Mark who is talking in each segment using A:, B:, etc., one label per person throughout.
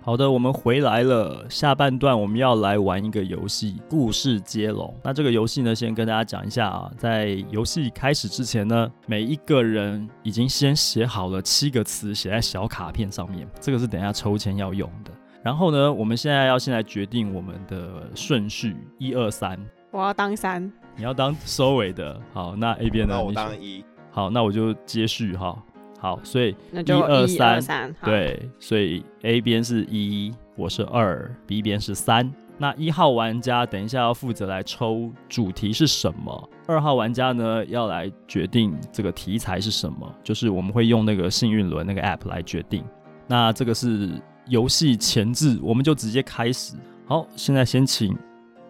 A: 好的，我们回来了。下半段我们要来玩一个游戏，故事接龙。那这个游戏呢，先跟大家讲一下啊，在游戏开始之前呢，每一个人已经先写好了七个词，写在小卡片上面，这个是等一下抽签要用的。然后呢，我们现在要先来决定我们的顺序，一二三，
B: 我要当三，
A: 你要当收尾的。好，那 A 边呢？
C: 那我
A: 你选
C: 当一，
A: 好，那我就接续哈。好，所以
B: 那
A: 一
B: 就
A: 二
B: 一
A: 三
B: 二三，好，
A: 对，所以 A 边是一，我是二，B 边是三。那一号玩家等一下要负责来抽主题是什么，二号玩家呢要来决定这个题材是什么，就是我们会用那个幸运轮那个 app 来决定。那这个是游戏前置，我们就直接开始。好，现在先请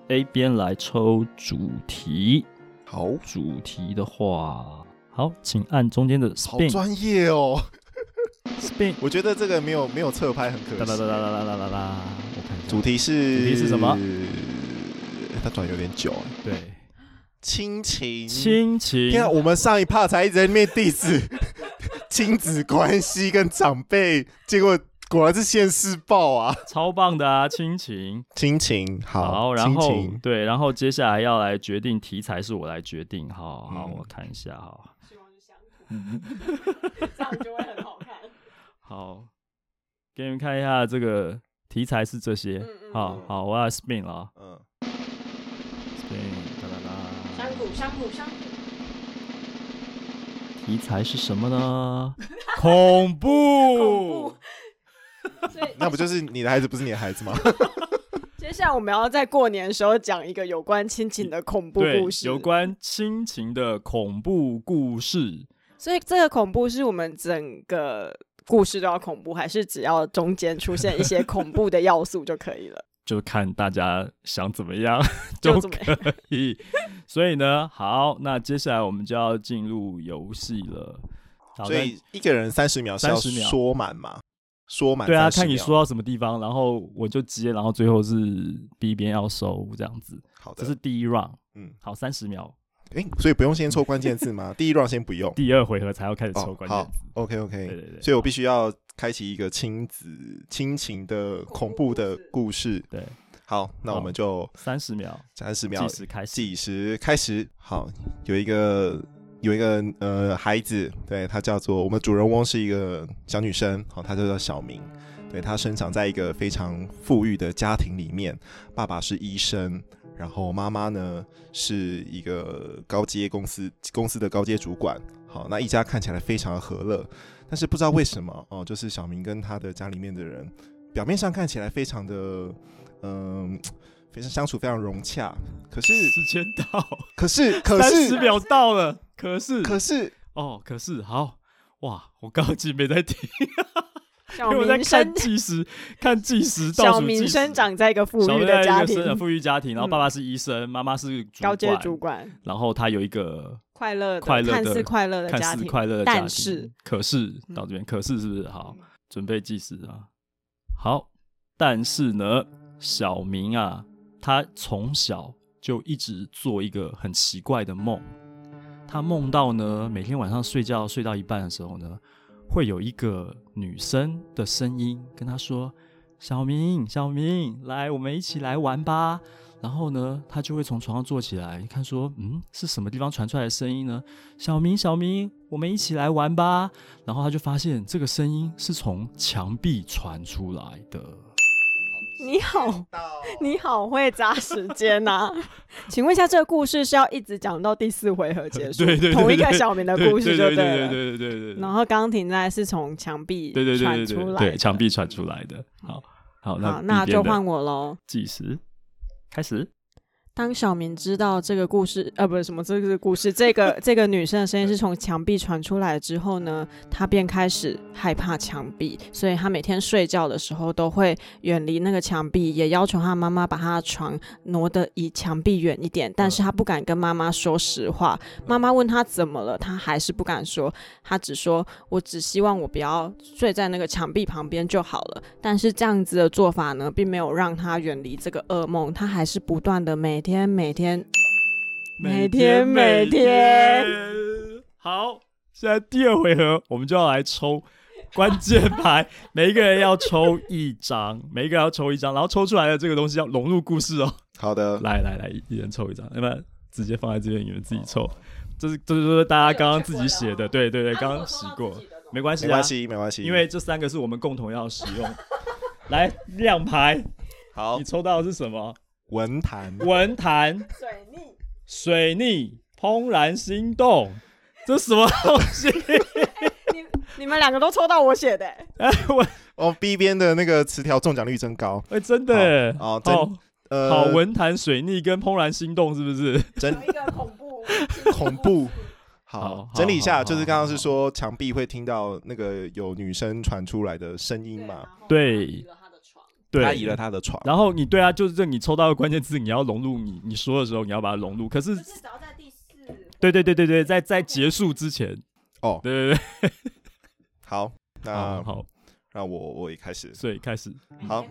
A: A 边来抽主题。
C: 好，
A: 主题的话，好，请按中间的
C: 好
A: spin
C: 专业哦。
A: spin，
C: 我觉得这个没有没有侧拍很
A: 哒
C: 可
A: 哒哒
C: 惜。
A: 哒哒哒哒哒，我看一下
C: 主题是
A: 主题是什么？
C: 它转有点久啊，
A: 对，
C: 亲情。
A: 亲情。
C: 天啊，我们上一趴才一直在面 diss 亲子关系跟长辈，结果果然是现世报啊。
A: 超棒的啊，亲情。
C: 亲情好，
A: 然
C: 亲
A: 后
C: 情
A: 对，然后接下来要来决定题材是我来决定。好好，
C: 嗯
A: 我看一下哈。
B: 这样就会很好看。
A: 好，给你们看一下这个题材是这些。
B: 嗯
A: 好
B: 嗯
A: 好，我要 spin 了啊
C: 嗯，
A: ，spin 哒哒
B: 香
A: 哒。
B: 谷，香谷，香谷，
A: 题材是什么 呢？恐怖
B: 恐。怖。所以
C: 哦那不就是你的孩子不是你的孩子吗？
B: 接下来我们要在过年的时候讲一个有关亲情的恐怖
A: 对
B: 故，事。
A: 有，关亲情的恐怖故事。
B: 所以这个恐怖是我们整个故事都要恐怖，还是只要中间出现一些恐怖的要素就可以了？
A: 就看大家想怎么 样
B: 就
A: 都
B: 怎么
A: 可以。所以呢，好，那接下来我们就要进入游戏了。好，
C: 所以一个人三十秒是要
A: 30秒
C: 说满吗？说
A: 那
C: 满
A: 对啊，
C: 30
A: 看你
C: 秒
A: 说到什么地方，然后我就接，然后最后是 B 边要收这样子，
C: 好
A: 这
C: 的，
A: 是第一 round。
C: 嗯，
A: 好，三十秒，
C: 哎、所以不用先抽关键字吗？第一 round 先不用，
A: 第二回合才要开始抽关键字。
C: 哦、OK OK，
A: 对对对，
C: 所以我必须要开启一个亲子亲情的恐怖的故事。
A: 对，
C: 好，那我们就
A: 三十秒
C: 三十秒
A: 计时开始。
C: 计时开始。好，有一个有一个呃孩子，对他叫做我们主人翁是一个小女生，好，她就叫小明。对她生长在一个非常富裕的家庭里面，爸爸是医生，然后妈妈呢是一个高阶公司公司的高阶主管。好，那一家看起来非常和乐，但是不知道为什么哦，就是小明跟他的家里面的人，表面上看起来非常的，嗯、非常相处非常融洽，可是
A: 时间到，
C: 可是可
A: 三十
C: 是
A: 秒到了，可是
C: 可是
A: 哦，可是好哇，我刚刚其实没在听。
B: 小
A: 因为我在
B: 明生
A: 看，计时， 看计时，倒
B: 小
A: 数计
B: 明
A: 时
B: 生长在一个富
A: 小
B: 裕
A: 明在
B: 的
A: 一
B: 家
A: 个
B: 庭
A: 生，长富裕家庭，然后
B: 嗯
A: 爸爸是医生，妈妈是主
B: 高阶
A: 管
B: 主管，
A: 然后他有一个
B: 快乐的，
A: 快乐的
B: 看似快乐的
A: 看
B: 家
A: 似
B: 庭。
A: 快乐的家
B: 但
A: 庭，
B: 是嗯
A: 可是到这边，可是是不是好？准备计时啊，好，但是呢，小明啊，他从小就一直做一个很奇怪的梦，他梦到呢，每天晚上睡觉睡到一半的时候呢，会有一个女生的声音跟他说：“小明，小明，来，我们一起来玩吧。”然后呢，他就会从床上坐起来，看说，嗯，是什么地方传出来的声音呢？小明，小明，我们一起来玩吧。然后他就发现这个声音是从墙壁传出来的。
B: 你好，你好会扎时间
A: 啊
B: 呐、 请问一下，这个故事是要一直讲到第四回合结 束，
A: 对对对
B: 同一个
A: 对对
B: 小明的故事就
A: 对对
B: 了。
A: 对对对对对
B: 然后刚刚停在是从墙壁
A: 对对对
B: 传
A: 对
B: 出
A: 对
B: 来，
A: 对，墙。壁传出来的。好，嗯好，
B: 好，
A: 那
B: 那
A: B
B: 就
A: 边的
B: 换我喽。
A: 计时开始。
B: 当小明知道这个故事，呃，不是什么这个故事，这个这个女生的声音是从墙壁传出来之后呢，他便开始害怕墙壁，所以他每天睡觉的时候都会远离那个墙壁，也要求他妈妈把他的床挪得离墙壁远一点。但是他不敢跟妈妈说实话，妈妈问他怎么了，他还是不敢说，他只说我只希望我不要睡在那个墙壁旁边就好了。但是这样子的做法呢，并没有让他远离这个噩梦，他还是不断的每天每天。每天每天
A: 好，现在第二回合我们就要来抽关键牌，每一个人要抽一张，每一个人要抽一张，然后抽出来的这个东西要融入故事哦。
C: 好的，
A: 来来来，一人抽一张，要不然直接放在这边，你们
C: 哦
A: 自己抽。这是这就是大家刚刚自己写的，对对对，刚刚洗过，没关系
C: 没
A: 啊
C: 关，系，没关系，
A: 因为这三个是我们共同要使 用。来亮牌，
C: 好
A: 你抽到的是什么？
C: 文坛
A: 文坛。
B: 水逆，
A: 水逆怦然心动，这什么东西？
B: 你你们两个都抽到我写的、欸
A: 哎，我
C: 哦，B 边的那个词条中奖率真高，
A: 哎、真的耶
C: 好好真
A: 好
C: 呃，
A: 好文坛水逆跟怦然心动是不是？
C: 真
B: 一个恐怖，
C: 恐怖。
A: 好
C: 好
A: 好，
C: 整理一
A: 好
C: 下，
A: 好
C: 就是刚刚是说墙壁会听到那个有女生传出来的声音嘛？
A: 对对，
C: 她移了。她的床，
A: 然后你对啊，就是这你抽到的关键字，你要融入你你说的时候，你要把它融入。可是，
B: 至少在第四。
A: 对对对对对，在在结束之前，
C: 哦
A: 对对对，
C: 好，那
A: 好好，
C: 让我我也开始，
A: 所以开始，
C: 好，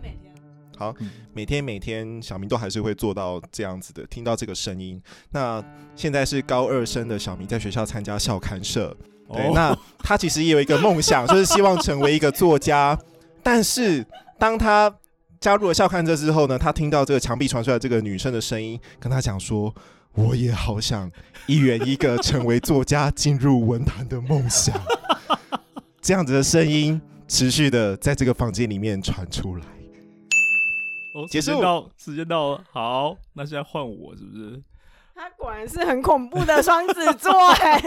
C: 好
A: 嗯，
C: 每天每天，小明都还是会做到这样子的，听到这个声音。那现在是高二生的小明，在学校参加校刊社，对，
A: 哦
C: 那他其实也有一个梦想，就是希望成为一个作家。但是当他加入了校刊社之后呢，他听到这个墙壁传出来这个女生的声音，跟他讲说：“我也好想一圆一个成为作家、进入文坛的梦想。” 这样子的声音持续的在这个房间里面传出来。
A: 哦，
C: 结
A: 时间
C: 束
A: 到，时间到了，好，那现在换我是不是？
B: 他果然是很恐怖的双子 座哎、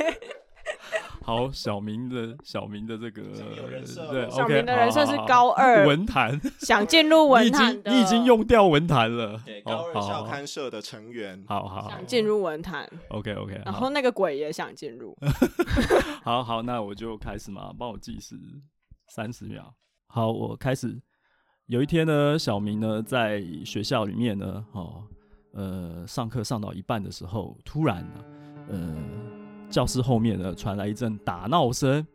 A: 好，小明的小明的这个
C: 小明有人设
A: 对，
C: 哦
B: 小
A: OK，
B: 明的人设
A: 好
B: 是
A: 好好
B: 高二，
A: 文坛，
B: 想进入
A: 你
B: 文
A: 已经
B: 坛的
A: 你已经用掉文坛了，
C: 高二
A: 哦好
C: 校
A: 好好
C: 刊社的成员。
A: 好好好
B: 想进入文坛，
A: ，OK OK，
B: 然后那个鬼也想进入。
A: 好好，那我就开始嘛，帮我计时三十秒。好，我开始。有一天呢，小明呢在学校里面呢，哦，呃，上课上到一半的时候，突然呢，呃，教室后面呢传来一阵打闹声，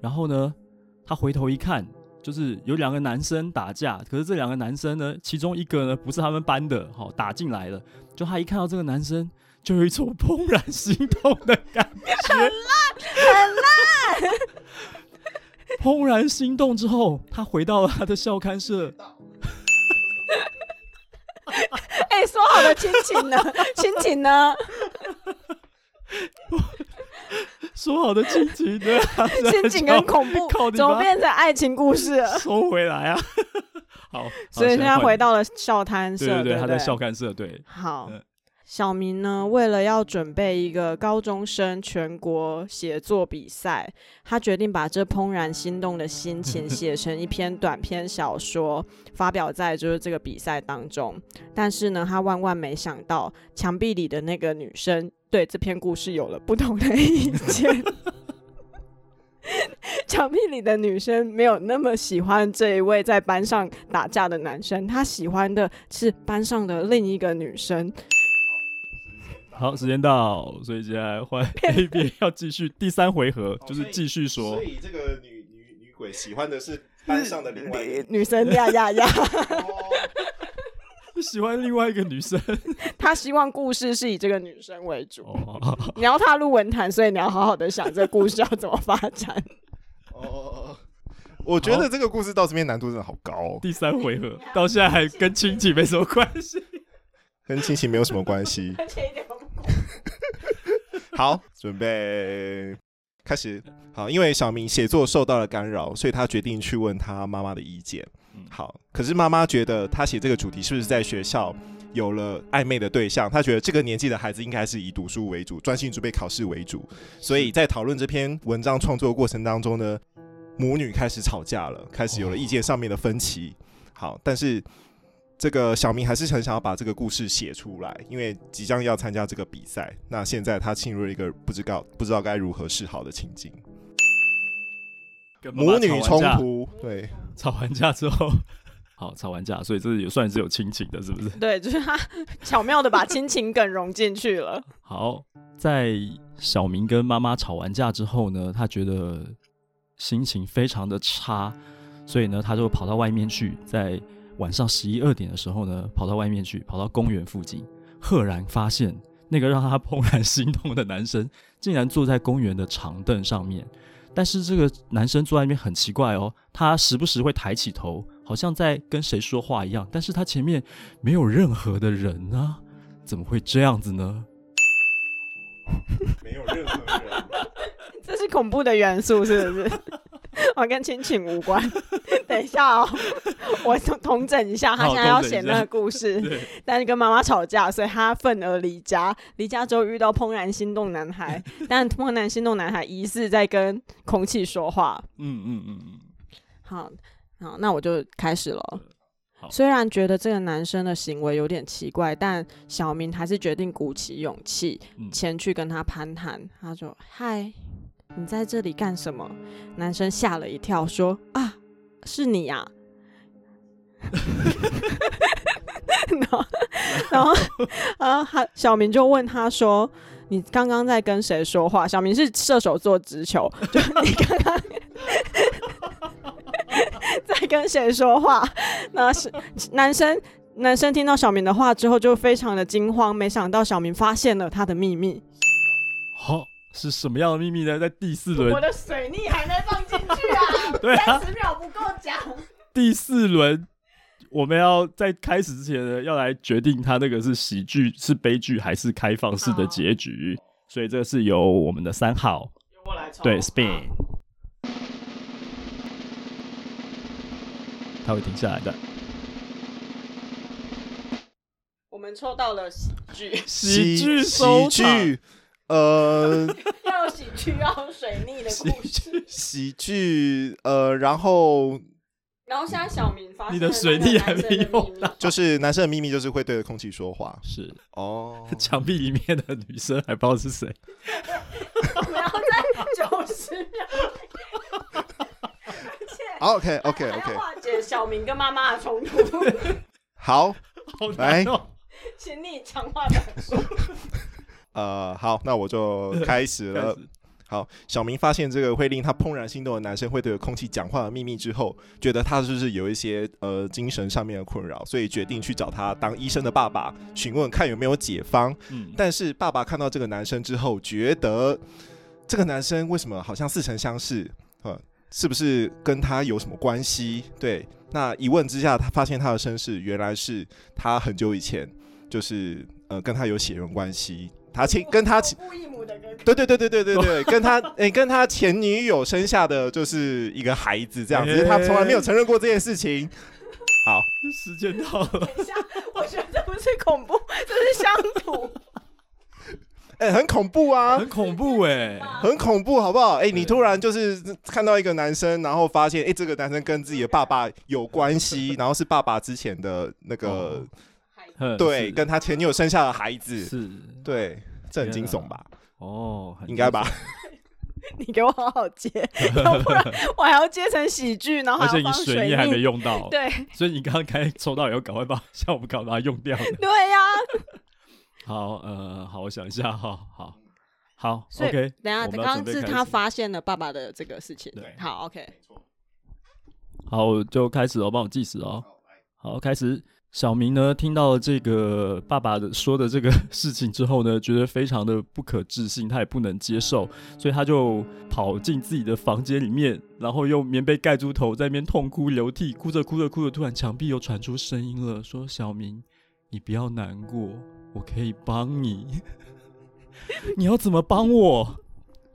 A: 然后呢，他回头一看，就是有两个男生打架，可是这两个男生呢，其中一个呢不是他们班的，好、打进来了，就他一看到这个男生，就有一种怦然心动的感觉。怦然心动之后，他回到了他的校刊社，
B: 哎、说好的亲情呢？亲 情呢？
A: 说好的亲情 的，
B: 亲情跟恐怖
A: 靠你妈
B: 怎么变成爱情故事了？
A: 收回来啊。 好，
B: 所以现在
A: 在
B: 回到了校摊社，
A: 对对
B: 对
A: 对，
B: 不
A: 他在校刊社，对，
B: 好
A: 嗯，
B: 小明呢，为了要准备一个高中生全国写作比赛，他决定把这怦然心动的心情写成一篇短篇小说，发表在就是这个比赛当中。但是呢，他万万没想到，墙壁里的那个女生对这篇故事有了不同的意见。 墙壁里的女生没有那么喜欢这一位在班上打架的男生，她喜欢的是班上的另一个女生。
A: 好，时间到，所以现在 换 A B 要继续第三回合，就是继续说
C: 所，以这个女女女鬼喜欢的是班上的另外 一个。
B: 女生呀呀呀，
A: 喜欢另外一个女生。
B: 她希望故事是以这个女生为主。
A: 哦，好好
B: 你要踏入文坛，所以你要好好的想这个故事要怎么发 展。
C: 哦哦，我觉得这个故事到这边难度真的好高、哦，
A: 第三回合到现在还跟亲戚没什么关系。
C: 跟亲情没有什么关 系。
B: 而且一点都不
C: 好，准备开始。好，因为小明写作受到了干扰，所以他决定去问他妈妈的意见
A: 嗯。
C: 好，可是妈妈觉得他写这个主题是不是在学校有了暧昧的对象？她觉得这个年纪的孩子应该是以读书为主，专心准备考试为主。所以在讨论这篇文章创作过程当中呢，母女开始吵架了，开始有了意见上面的分歧。好，但是这个小明还是很想要把这个故事写出来，因为即将要参加这个比赛。那现在他进入了一个不知道不知道该如何是好的情境，
A: 跟妈妈
C: 母女
A: 吵
C: 冲
A: 完架，
C: 突，对，
A: 吵完架之后，好，吵完架，所以这也算是有亲情的，是不是？
B: 对，就是她巧妙的把亲情梗融进去 了。
A: 好，在小明跟妈妈吵完架之后呢，他觉得心情非常的差，所以呢，他就跑到外面去，在晚上十一二点的时候呢，跑到外面去，跑到公园附近，赫然发现那个让他怦然心动的男生竟然坐在公园的长凳上面，但是这个男生坐在那边很奇怪哦，他时不时会抬起头，好像在跟谁说话一样，但是他前面没有任何的人啊，怎么会这样子呢？
C: 没有任何人。
B: 这是恐怖的元素，是不是？我跟亲情无关。 等一下 哦，我统统整一下，他
A: 好
B: 现在要
A: 统整一
B: 写
A: 下
B: 那个故 事，
A: 对，
B: 但是跟妈妈吵架，所以他愤而离家。离家之后遇到怦然心动男 孩，但怦然心动男孩疑似在跟空气说话。
A: 嗯嗯嗯嗯，
B: 好，好，那我就开始了
A: 好。
B: 虽然觉得这个男生的行为有点奇怪，但小明还是决定鼓起勇气
A: 嗯
B: 前去跟他攀谈。他说：“嗨，你在这里干什么？”男生吓了一跳，说：“啊，是你啊呀、 然后，然后，然后他小明就问他说：“你刚刚在跟谁说话？”小明是射手座直球，就你刚刚在跟谁说话？那是男生。男生听到小明的话之后，就非常的惊慌，没想到小明发现了他的秘密。
A: 好、是什么样的秘密呢？在第四轮
B: 我，的水逆还没放进去啊，
A: 对啊，
B: 十秒不够讲。
A: 第四轮我们要在开始之前呢，要来决定它那个是喜剧、是悲剧还是开放式的结局。所以这个是由我们的三号
B: 我来抽
A: 对 Spin，他会停下来的。
B: 我们抽到了喜剧，
A: 喜剧收
C: 喜
A: 场
C: 剧，呃，
B: 要喜剧，要水逆的故事。
C: 喜剧，呃，然后
B: 然后现在小明发现
A: 你的水逆还没用
B: 到，
C: 就是男生的秘密就是会对着空气说 话。
A: 是
C: 哦，
A: 墙壁里面的女生还不知道是谁，
C: 哎
B: 我们要在九十 秒
C: 好，OK，OK，OK，、
B: 化解小明跟妈妈的冲突，
C: 好，
A: 好难哦。
B: 请你讲话的
C: 呃，好，那我就开 始
A: 开
C: 了。
A: 始
C: 好，小明发现这个会令他怦然心动的男生会对着空气讲话的秘密之后，觉得他是不是有一些呃精神上面的困扰，所以决定去找他当医生的爸爸询问看有没有解方。
A: 嗯，
C: 但是爸爸看到这个男生之后，觉得这个男生为什么好像似曾相识？呃，是不是跟他有什么关系？对，那一问之下，他发现他的身世原来是他很久以前就是呃跟他有血缘关系，
A: 啊
C: 他亲跟他亲。
B: 不一母的哥哥，
C: 对对对对对对对，跟他诶、跟他前女友生下的就是一个孩子这样子，他从来没有承认过这件事情。好，
A: 时间到 了，
B: 等一下，我觉得这不是恐怖，这是乡土。
C: 哎、很恐怖啊，
A: 很恐怖哎、
C: 很恐怖，好不好？哎、你
A: 对
C: 突然就是看到一个男生，然后发现，哎、这个男生跟自己的爸爸有关系，然后是爸爸之前的那个，
A: 哦
C: 对，
A: 跟
C: 跟他前女友生下的孩子，
A: 是
C: 对，这很惊悚吧？
A: 哦，很
C: 应该吧？
B: 你给我好好接， 要不然我还要接成喜剧，然后
A: 而且
B: 哦还
A: 你
B: 要放
A: 水
B: 逆
A: 逆还没用到，
B: 对
A: 所以你刚刚开抽到以后，赶快把像我们刚刚把它用掉了。
B: 对呀、
A: 好，呃，好，我想一下哈，好，好
B: 所以
A: ，OK。
B: 等一下，
A: 我们
B: 刚
A: 要准
B: 刚
A: 备
B: 是
A: 开
B: 他
A: 始
B: 发现了爸爸的这个事情
A: 对。
B: 好，OK，
A: 好，我就开始哦，帮我计时哦。好，开始。小明呢，听到这个爸爸的说的这个事情之后呢，觉得非常的不可置信，他也不能接受，所以他就跑进自己的房间里面，然后用棉被盖住头，在那边痛哭流涕，哭着哭着哭着，突然墙壁又传出声音了，说：“小明，你不要难过，我可以帮你。 你要怎么帮我？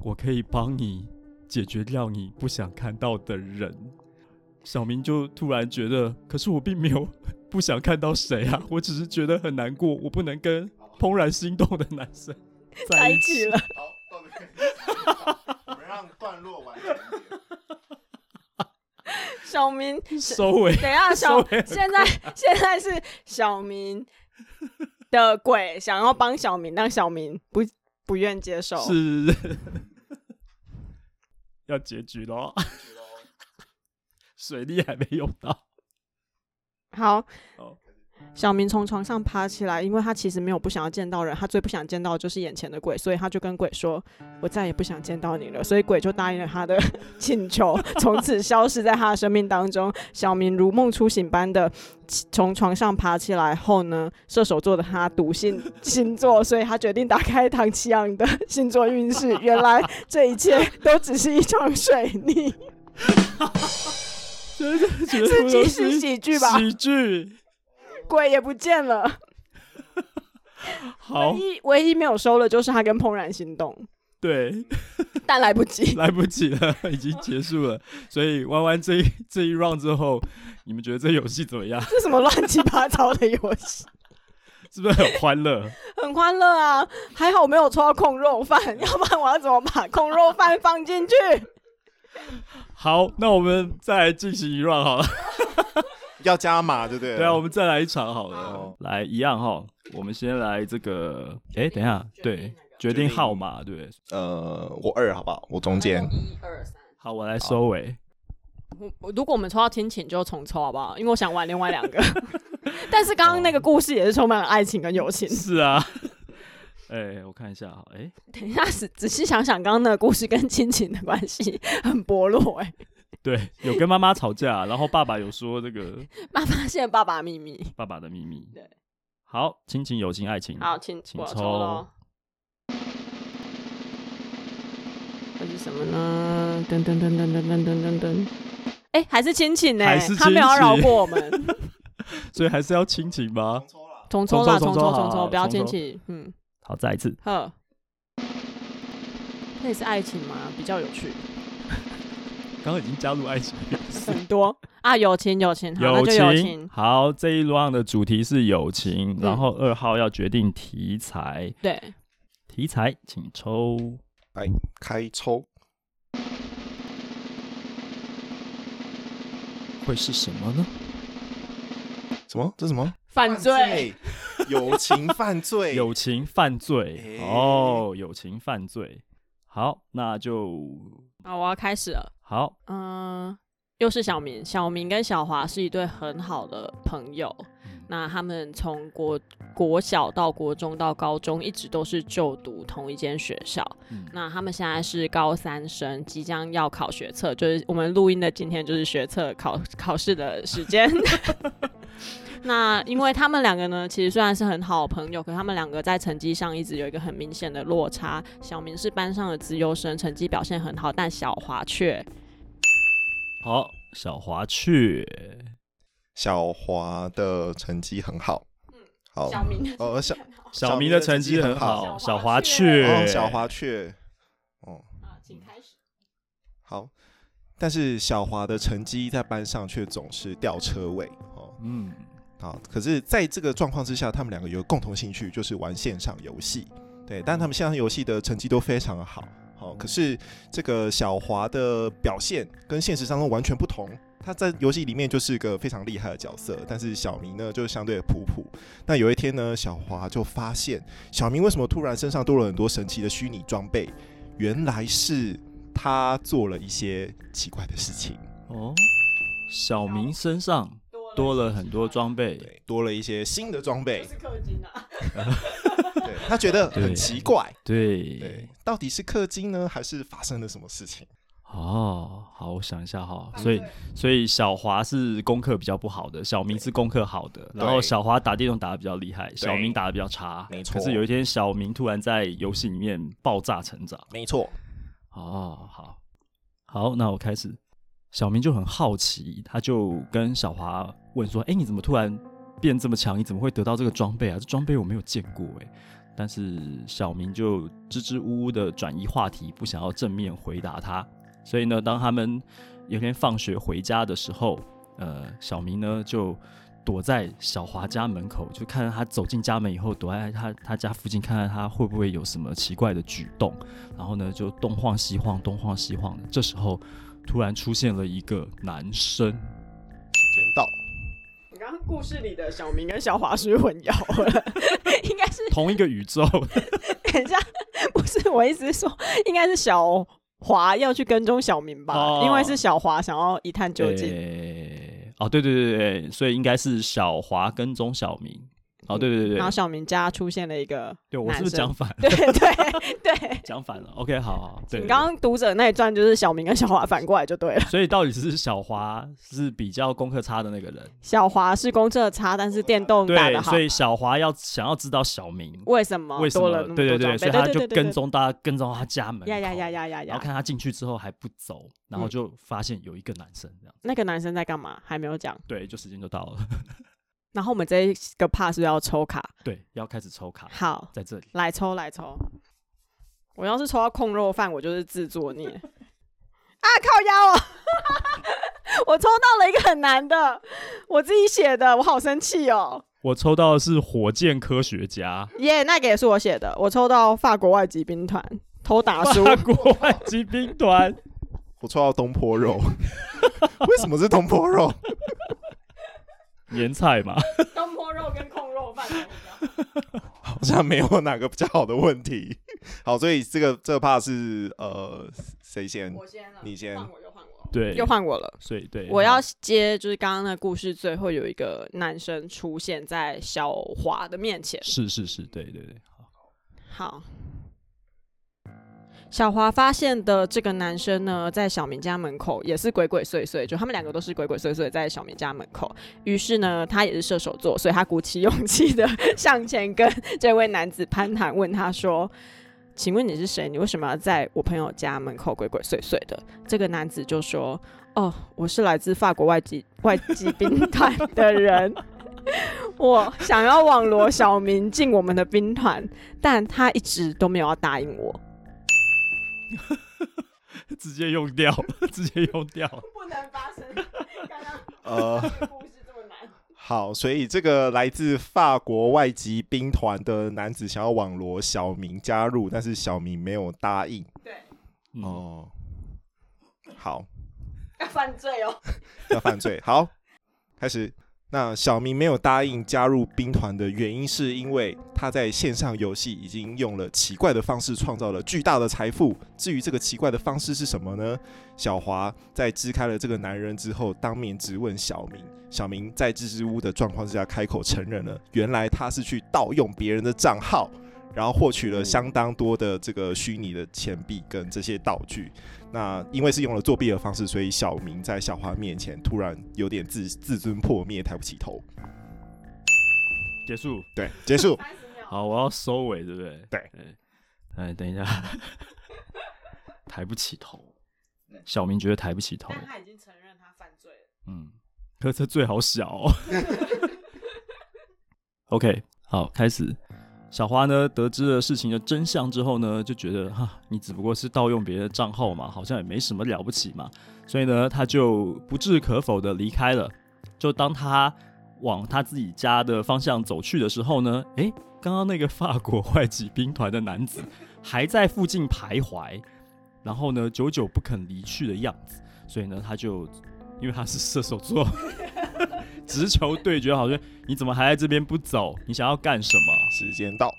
A: 我可以帮你解决掉你不想看到的人。”小明就突然觉得，可是我并没有不想看到谁啊，我只是觉得很难过，我不能跟怦然心动的男生在
B: 在
A: 一
B: 一
A: 起
B: 起。了。
C: 好， 我们让段 落完成。
B: 小明，
A: 收尾，
B: 等一
A: 收
B: 下，小
A: 尾很
B: 现在 现在是小明的鬼想要帮小明，但小明不不愿接受。
A: 是要结局喽。 水力还没用到，
B: 好
A: 好，
B: 小明从床上爬起来，因为他其实没有不想要见到人，他最不想见到的就是眼前的鬼，所以他就跟鬼说：“我再也不想见到你了。”所以鬼就答应了他的 请求，从此消失在他的生命当中。小明如梦初醒般的从床上爬起来后呢，射手座的他笃信星座，所以他决定打开唐奇阳的星座运势。原来这一切都只是一场水 逆，
A: 真的觉得
B: 这
A: 都
B: 即
A: 是
B: 是喜剧吧？
A: 喜剧，
B: 鬼也不见了。
A: 好
B: 唯，一唯一没有收的就是他跟怦然心 动，
A: 对，
B: 但来不及。
A: 来不及了， 已经结束了。所以玩完这一这一 round 之后，你们觉得这游戏怎么样？
B: 这什么乱七八糟的游 戏？
A: 是不是很欢乐？
B: 很欢乐啊！还好我没有抽到控肉饭，要不然我要怎么把控肉饭放进去？
A: 好，那我们再来进行一 round 好了。
C: 要加码，对不对？
A: 对啊，我们再来一场好了
C: 好。
A: 来，一样哈，我们先来这个。哎、等一下，对，决定号码，对不对？
C: 呃，我二好不好？我中间。
B: 一二三。
A: 好，我来收尾。
B: 我如果我们抽到天谴，就重抽好不好？因为我想玩另外两 个。但是刚刚那个故事也是充满了爱情跟友情。
A: 是啊。哎、我看一下哈，哎、
B: 等一下，仔仔细想想，刚刚那个故事跟亲情的关系很薄弱哎、
A: 对，有跟妈妈吵架，然后爸爸有说这个
B: 妈发现爸爸秘密。
A: 爸爸的秘密。
B: 对，
A: 好，亲情、友情、爱情。
B: 好，嗯请
A: 请
B: 我
A: 抽
B: 抽喽。这是什么呢？噔噔噔噔噔噔噔噔噔。哎、还是亲亲呢、
A: 还是
B: 他没有要
A: 亲
B: 饶
A: 亲
B: 过我们。
A: 所以还是要亲情吧。
B: 重抽啦，
A: 重抽重
B: 重抽，
A: 抽
B: 重
A: 好
B: 抽，
A: 好
B: 不要
A: 重
B: 亲
A: 抽
B: 亲。嗯，
A: 好，再一次。
B: 呵。这也是爱情吗？比较有趣，
A: 刚刚已经加入爱情元素。
B: 很多 啊，友情，友情，好，那
A: 友
B: 就友情。
A: 好，这一 round 的主题是友情，
B: 嗯
A: 然后二号要决定题材，
B: 对，
A: 题材请抽。
C: 开抽，
A: 会是什么呢？
C: 什么？这什么？
B: 犯罪，，
C: 友情犯罪，
A: 友情犯罪
C: 诶
A: 哦，友情犯罪。好，那就
B: 好，我要开始了。
A: 好。
B: 嗯，又是小明，小明跟小华是一对很好的朋友。那他们从国国小到国中到高中，一直都是就读同一间学校。
A: 嗯
B: 那他们现在是高三生，即将要考学测，就是我们录音的今天就是学测考考试的时间。 那因为他们两个呢，其实虽然是很好的朋友，可他们两个在成绩上一直有一个很明显的落差。小明是班上的资优生，成绩表现很好，但小华却
A: 好，小华去
C: 小华的成绩很好，好，
B: 小明
C: 呃小
A: 小
C: 小
A: 明
C: 明
A: 的
C: 的
A: 成
C: 成
A: 绩
C: 绩
A: 很
C: 很
A: 好，
C: 好
A: 小华去
B: 小
C: 哦小华却哦
B: 请开始。
C: 好，但是小华的成绩在班上却总是掉车尾哦。
A: 嗯，
C: 好，可是在这个状况之下，他们两个有共同兴趣，就是玩线上游戏。对，但他们线上游戏的成绩都非常的好。好，可是这个小华的表现跟现实当中完全不同。他在游戏里面就是个非常厉害的角色，但是小明呢，就相对的普普。那有一天呢，小华就发现小明为什么突然身上多了很多神奇的虚拟装备，原来是他做了一些奇怪的事情，
A: 哦，小明身上多了很多装备，
C: 对，多了一些新的 装备，
B: 氪金啊！
C: 对他觉得
A: 对
C: 很奇怪。
A: 对
C: 对，，到底是氪金呢，还是发生了什么事情？
A: 哦，好，我想一下哈，所以所以小华是功课比较不好的，小明是功课好的，然后小华打电动打的比较厉害，小明打的比较差，
C: 没错
A: 可是有一天小明突然在游戏里面爆炸成长，
C: 没错，
A: 哦，好，好，那我开始。小明就很好奇，他就跟小华问说：“哎、你怎么突然变这么强？你怎么会得到这个装备啊？这装备我没有见过哎、但是小明就支支吾吾的转移话题，不想要正面回答他。所以呢，当他们有天放学回家的时候，呃，小明呢就躲在小华家门口，就看到他走进家门以后，躲在他他家附近，看看他会不会有什么奇怪的举动。然后呢就东晃西晃，东晃西晃的。这时候突然出现了一个男 生，
C: 捡到
B: 你刚刚故事里的小明跟小华是不是混淆了，应该是
A: 同一个宇 宙，
B: 等一下，不是我意思是说，应该是小华要去跟踪小明吧，
A: 哦
B: 因为是小华想要一探究竟。
A: 诶哦，对对对对对，所以应该是小华跟钟小明。哦，对对对
B: 然
A: 对
B: 后，小明家出现了一个
A: 对我是不是
B: 男
A: 讲
B: 生
A: 反了？
B: 对对对，
A: 讲反了。OK，好好，对。
B: 你
A: 对
B: 刚刚读者那一段就是小明跟小华反过来就对了。
A: 所以到底是小华是比较功课差的那个 人，
B: 小华是公厕差，但是电动打
A: 对
B: 的，好
A: 所。以小华要想要知道小明
B: 为什么
A: 为什
B: 多
A: 么
B: 了那，么
A: 对
B: 多
A: 对
B: 装备？
A: 对，所以
B: 对
A: 他就
B: 对对
A: 跟踪大家，跟踪到他家门口，
B: 呀呀呀呀呀
A: 然后
B: 呀！
A: 看他进去之后还不走，然后
B: 嗯
A: 就发现有一个男生这样，
B: 那个男生在干嘛？还没有讲。
A: 对，就时间就到了，
B: 然后我们这一个 pass 是不是要抽卡，
A: 对，要开始抽卡，
B: 好，
A: 在这里，
B: 来抽来抽。我要是抽到控肉饭，我就是自作孽。啊，靠腰哦！ 我抽到了一个很难的，我自己写的，我好生气哦。
A: 我抽到的是火箭科学家，
B: 耶、那个也是我写的，我抽到法国外籍兵团偷 打书。
A: 法国外籍兵团，
C: 我抽到东坡肉， 为什么是东坡肉？
A: 年菜嘛，
B: 东坡肉跟控肉 饭。
C: 好像没有哪个比较好的问题。好，所以这个这个怕是呃谁先？
B: 先了
C: 你先
B: 换我就换我，
A: 对，
B: 又换我了。
A: 所以对，
B: 我要
A: 好
B: 接就是刚刚的故事最后有一个男生出现在小华的面前。
A: 是是是，对对对，好，
B: 好，小华发现的这个男生呢，在小明家门口也是鬼鬼祟祟，就他们两个都是鬼鬼祟祟在小明家门口。于是呢，他也是射手座，所以他鼓起勇气的上前跟这位男子攀谈，问他说。请问你是谁？你为什么要在我朋友家门口鬼鬼祟祟的？这个男子就说：“哦，我是来自法国外籍外籍兵团的人，我想要网罗小明进我们的兵团，但他一直都没有要答应我。
A: 直接用掉， 直接用掉，
B: 不能发生刚刚
C: 呃，
B: 这个故事这么难。
C: 好，所以这个来自法国外籍兵团的男子想要网罗小明加入，但是小明没有答应。
A: 嗯，
C: 哦，好，
B: 要犯罪哦！
C: 要犯罪。好，开始。那小明没有答应加入兵团的原因，是因为他在线上游戏已经用了奇怪的方式创造了巨大的财富。至于这个奇怪的方式是什么呢？小华在支开了这个男人之后，当面质问小明。小明在支支吾吾的状况之下，开口承认了，原来他是去盗用别人的账号，然后获取了相当多的这个虚拟的钱币跟这些道具。那因为是用了作弊的方式，所以小明在小花面前突然有点自自尊破灭，抬不起头。
A: 结束，
C: 对，结束。
A: 好，我要收尾，对不对？
C: 对
A: 哎，哎，等一下，抬不起头，
B: 嗯
A: 小明觉得抬不起 头，
B: 他已经承认他犯罪了。
A: 嗯，可这最好小、 哦。OK，好，开始。小花呢，得知了事情的真相之后呢，就觉得哈，你只不过是盗用别人的账号嘛，好像也没什么了不起嘛，所以呢，他就不置可否的离开了。就当他往他自己家的方向走去的时候呢，诶，刚刚那个法国外籍兵团的男子还在附近徘徊，然后呢，久久不肯离去的样子，所以呢，他就因为他是射手座，直球对决，好像你怎么还在这边不走？你想要干什么？
C: 时间到，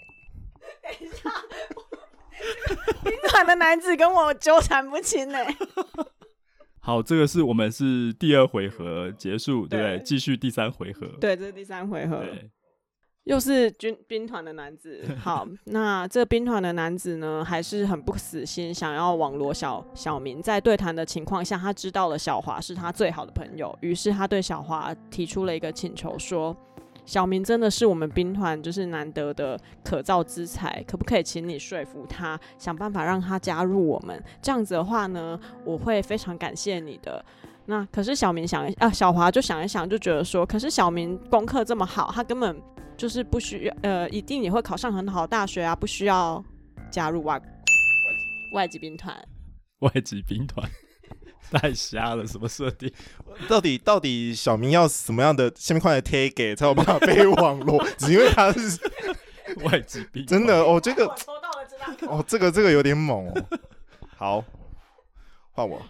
B: 兵团的男子跟我纠缠不清呢、
A: 好，这个是我们是第二回合结束，对不对？
B: 对
A: 继续第三回合。
B: 对，这是第三回合，
A: 对
B: 又是军兵团的男子。好，那这兵团的男子呢，还是很不死心，想要网罗小小明。在对谈的情况下，他知道了小华是他最好的朋友，于是他对小华提出了一个请求，说：“小明真的是我们兵团就是难得的可造之才，可不可以请你说服他，想办法让他加入我们？这样子的话呢，我会非常感谢你的。那可是小明想一啊，小华就想一想，就觉得说，可是小明功课这么好，他根本就是不需要，呃，一定也会考上很好的大学啊，不需要加入外外籍兵团。
A: 外籍兵团太瞎了，什么设定？
C: 到底到底小明要什么样的下面快来贴给才有 办法被网络？只因为他是
A: 外籍兵团
C: 真的哦，这个
B: 抽到了这张
C: 哦，这个这个有点猛哦。好，换我。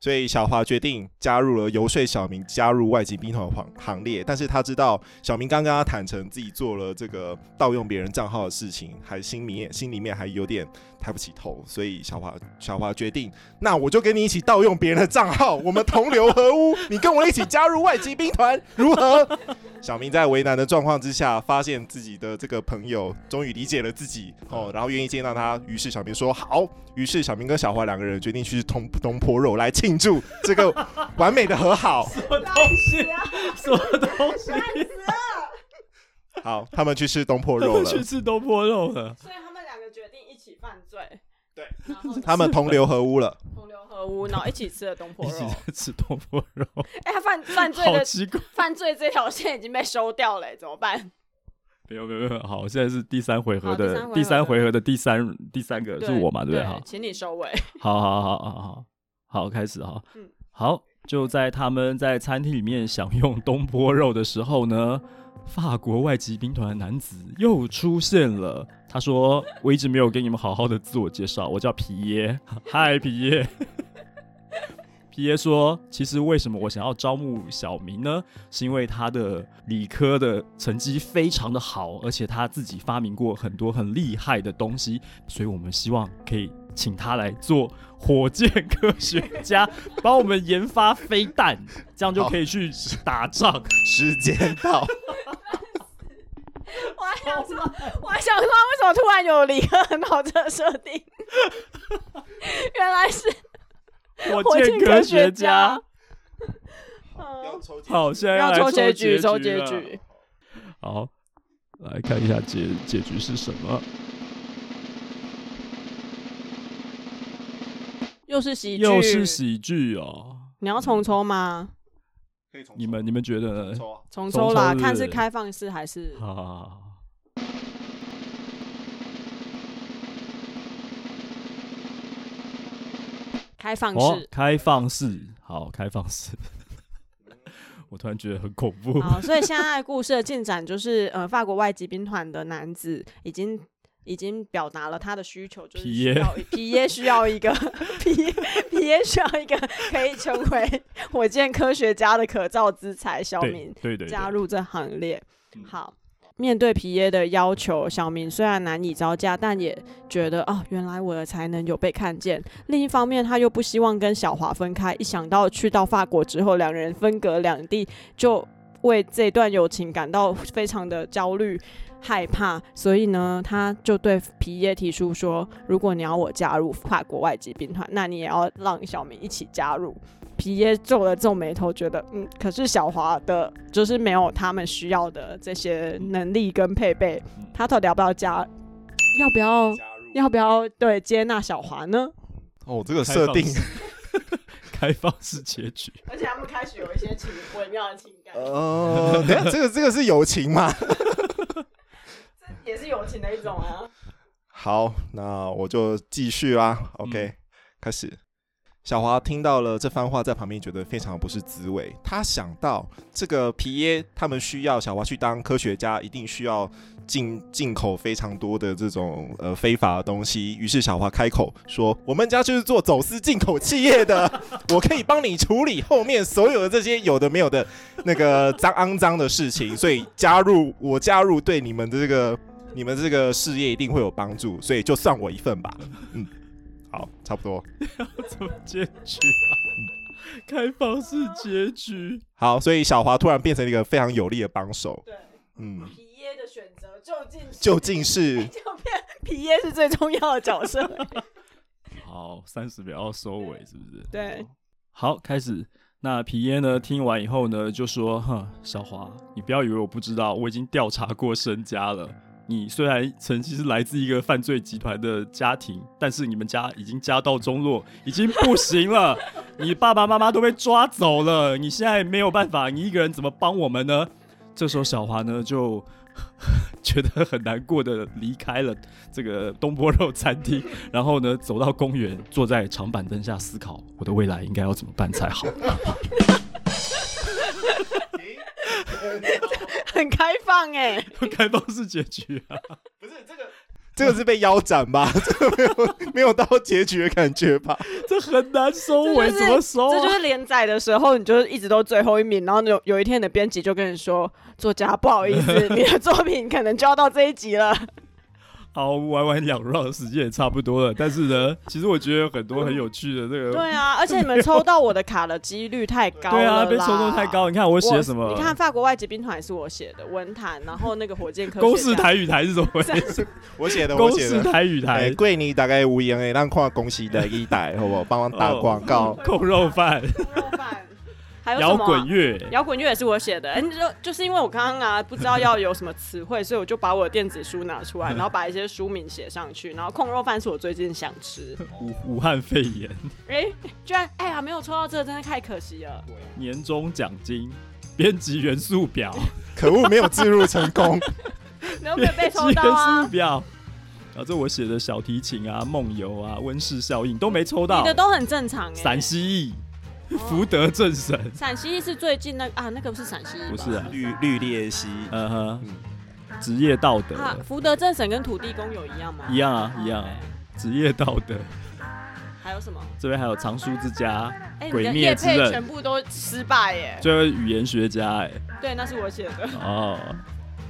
C: 所以小华决定加入了游说小明加入外籍兵团行行列，但是他知道小明刚刚他坦诚自己做了这个盗用别人账号的事情，还心里面心里面还有点抬不起头，所以小华小华决定，那我就跟你一起盗用别人的账号，我们同流合污，你跟我一起加入外籍兵团，如何？小明在为难的状况之下，发现自己的这个朋友终于理解了自己
A: 嗯
C: 哦，然后愿意见到他。于是小明说好，于是小明跟小花两个人决定去东东坡肉来庆祝这个完美的和 好。
A: 东西，什么东西？
C: 好，他们去吃东坡
A: 他
C: 肉
A: 们 去
C: 了，
A: 吃东坡肉了。
B: 所以他们两个决定一起犯罪，
C: 对，
B: 然后
C: 他们同流合污了。
B: 同流合污，然后一起吃了东坡
A: 一 起
B: 肉。
A: 在吃东坡肉，
B: 哎、他犯犯罪
A: 好
B: 的
A: 奇怪！
B: 犯罪这条线已经被收掉了、怎么办？
A: 没有没有没有，好，现在是第三回合
B: 好第
A: 的
B: 三回合
A: 第三回合的第三第三个是我嘛，对不对？好，
B: 请你收尾。
A: 好好好好好好，开始哈。
B: 嗯
A: 好，就在他们在餐厅里面享用东坡肉的时候呢，法国外籍兵团的男子又出现了。他说：“我一直没有给你们好好的自我介绍，我叫皮耶。嗨，皮耶。” 皮耶说：“其实为什么我想要招募小明呢？是因为他的理科的成绩非常的好，而且他自己发明过很多很厉害的东西，所以我们希望可以请他来做火箭科学 家，帮我们研发飞弹，这样就可以去打仗。
C: 时间 到，
B: 我还想说，我还想说，为什么突然有理科很好这个设 定？原来是
A: 火箭科学家，
B: 嗯，
A: 好，现在
B: 要
A: 来
B: 抽
A: 结
B: 结局，抽
A: 结
B: 结
A: 了
B: 局。
A: 好，来看一下结结局是什么？
B: 又是喜剧，
A: 又是，喜剧哦。
B: 你要重抽吗？
C: 可以重
A: 你们你们觉得呢？
C: 抽啊
B: 重
A: 重
B: 抽
A: 抽
B: 啦，
A: 是不
B: 看是
A: 是
B: 开放式还是
A: 好好好好
B: 开放
A: 哦
B: 式，。
A: 开放式，好，开放式。 我突然觉得很恐怖。
B: 好，所以现在故事的进展就是，呃，法国外籍兵团的男子已经已经表达了他的需求，就是
A: 皮
B: 需
A: 耶
B: 要皮耶需 要一个皮耶皮耶需要一个可以成为火箭科学家的可造之才，小
A: 对
B: 明
A: 对对，对
B: 加入这行列
A: 嗯。
B: 好，面对皮耶的要求，小明虽然难以招架，但也觉得哦，原来我的才能有被看见。另一方面，他又不希望跟小华分开，一想到去到法国之后，两人分隔两地，就为这段友情感到非常的焦虑。害怕，所以呢，他就对皮耶提出说：“如果你要我加入法国外籍兵团，那你也要让小明一起加入。”皮耶皱了皱眉头，觉得嗯，可是小华的就是没有他们需要的这些能力跟配备
A: 嗯，
B: 他到底要不要加？要不要
C: 加入
B: 要不要对接纳小华呢？
C: 哦，这个
A: 开
C: 设
A: 放
C: 定
A: 式 开放式结局，
B: 而且他们开始有一些情微妙的情感
C: 呃，等一下这个这个是友情吗？
B: 也是友情的一种啊。
C: 好，那我就继续啦。OK，、
A: 嗯
C: 开始。小华听到了这番话，在旁边觉得非常不是滋味。他想到这个皮耶他们需要小华去当科学家，一定需要进进口非常多的这种呃非法的东西。于是小华开口说：“我们家就是做走私进口企业的，我可以帮你处理后面所有的这些有的没有的那个脏肮脏的事情。所以加入我加入对你们的这个你们这个事业一定会有帮助，所以就算我一份吧。嗯，好，差不多。
A: 怎么结局啊？开放式结局，
C: 好，所以小华突然变成了一个非常有力的帮手。
B: 对，
C: 嗯，
B: 皮耶的选择究竟是
C: 究竟是
B: 就变皮耶是最重要的角 色。
A: 好，三十秒要收尾是不是？
B: 对，
A: 好，开始。那皮耶呢？听完以后呢，就说：“哼，小华，你不要以为我不知道，我已经调查过身家了。你虽然曾经是来自一个犯罪集团的家庭，但是你们家已经家道中落，已经不行了。你爸爸妈妈都被抓走了，你现在没有办法，你一个人怎么帮我们呢？”这时候，小华呢就 觉得很难过的离开了这个东坡肉餐厅，然后呢，走到公园，坐在长板凳下思考我的未来应该要怎么办才 好。
B: 很开放哎、欸
A: 开放式结局啊，
C: 不是这个这个是被腰斩 吧？这个没有没有到结局的感觉吧？
A: 这很难收尾，
B: 这就是
A: 怎么收
B: 这就
A: 啊？
B: 是连载的时候，你就是一直都最后一名，然后有有一天你的编辑就跟你说，作家不好意思， 你的作品可能就要到这一集了。
A: 好，玩完两 round 时间也差不多了，但是 呢，其实我觉得很多很有趣的这个，
B: 对啊，而且你们抽到我的卡的几率太高了，
A: 对啊，被抽中太高。。你看我
B: 我
A: 写什么？
B: 你看法国外籍兵团也是我写的，文坛，然后那个火箭科学
A: 公式
B: 家
A: 台语台是怎 么回事？
C: 我写的，我
A: 公
C: 写
A: 式
C: 的。
A: 台语
C: 哎，
A: 台
C: 桂林大概无言哎，让看公司的一代，好不好？帮忙打广告。
A: 哦控肉饭、
B: 牛肉饭还有什么
A: 摇
B: 啊
A: 滚乐，
B: 摇滚乐也是我写的，哎你就就是因为我刚刚啊不知道要有什么词汇，所以我就把我的电子书拿出 来，然后把一些书名写上去，然后控肉饭是我最近想吃，
A: 武武汉肺炎，
B: 哎、居然哎呀没有抽到这个，真的太可惜了。
A: 年终奖金，编辑元素表，
C: 可恶，没有置入成功。
B: 然后没
A: 编
B: 有被
A: 辑
B: 抽
A: 元
B: 到啊
A: 素，表。然后这我写的小提琴啊、梦游啊、温室效应都没抽
B: 你
A: 到
B: 的。都很正常哎、哦
A: 陕西裔，福德正神，
B: 陕西是最近那个啊，那个不是陕西吧
A: 不是啊，
C: 绿绿鬣蜥，
A: 嗯哼，职业道
B: 啊
A: 德，
B: 福德正神跟土地公有一样吗？哦
A: 一样啊，一样啊，职业道德。
B: 还有什么？
A: 这边还有藏书之家，
B: 哎、你
A: 鬼
B: 的
A: 灭
B: 叶
A: 之
B: 配
A: 刃
B: 全部都失败耶！
A: 这位语言学家、哎。
B: 对，那是我写的。
A: 哦，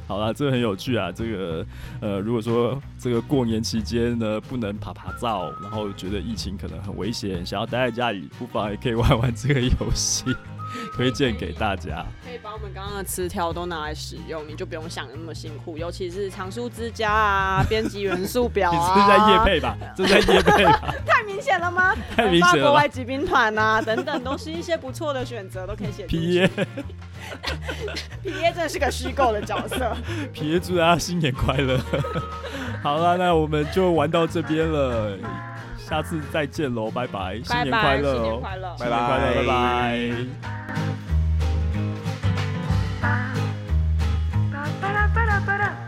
A: 好啦，这个很有趣啊。这个呃，如果说这个过年期间呢，不能爬爬照，然后觉得疫情可能很危险，想要待在家里，不妨也可以玩玩这个游戏， 推荐给大家。
B: 可以把我们刚刚的词条都拿来使用，你就不用想那么辛苦。尤其是藏书之家啊、编辑元素表
A: 你
B: 啊，
A: 是在夜配吧？这是在夜配吧？
B: 太明显了吗？
A: 太明显
B: 法国
A: 了吧
B: 外籍兵团啊等等，都是一些不错的选择，都可以写进
A: 皮
B: 去。
A: 耶，
B: 皮耶真的是个虚构的角色。
A: 皮耶，祝大家新年快乐！ 好了，那我们就玩到这边了，下次再见喽，拜拜，新
B: 拜
A: 年
B: 拜，
A: 快
B: 新
A: 乐
B: 年
A: 哦，
B: 快乐！
A: 新年快乐，
C: 拜拜
A: 拜拜。
D: Ba-ba-da-ba-da-ba-da.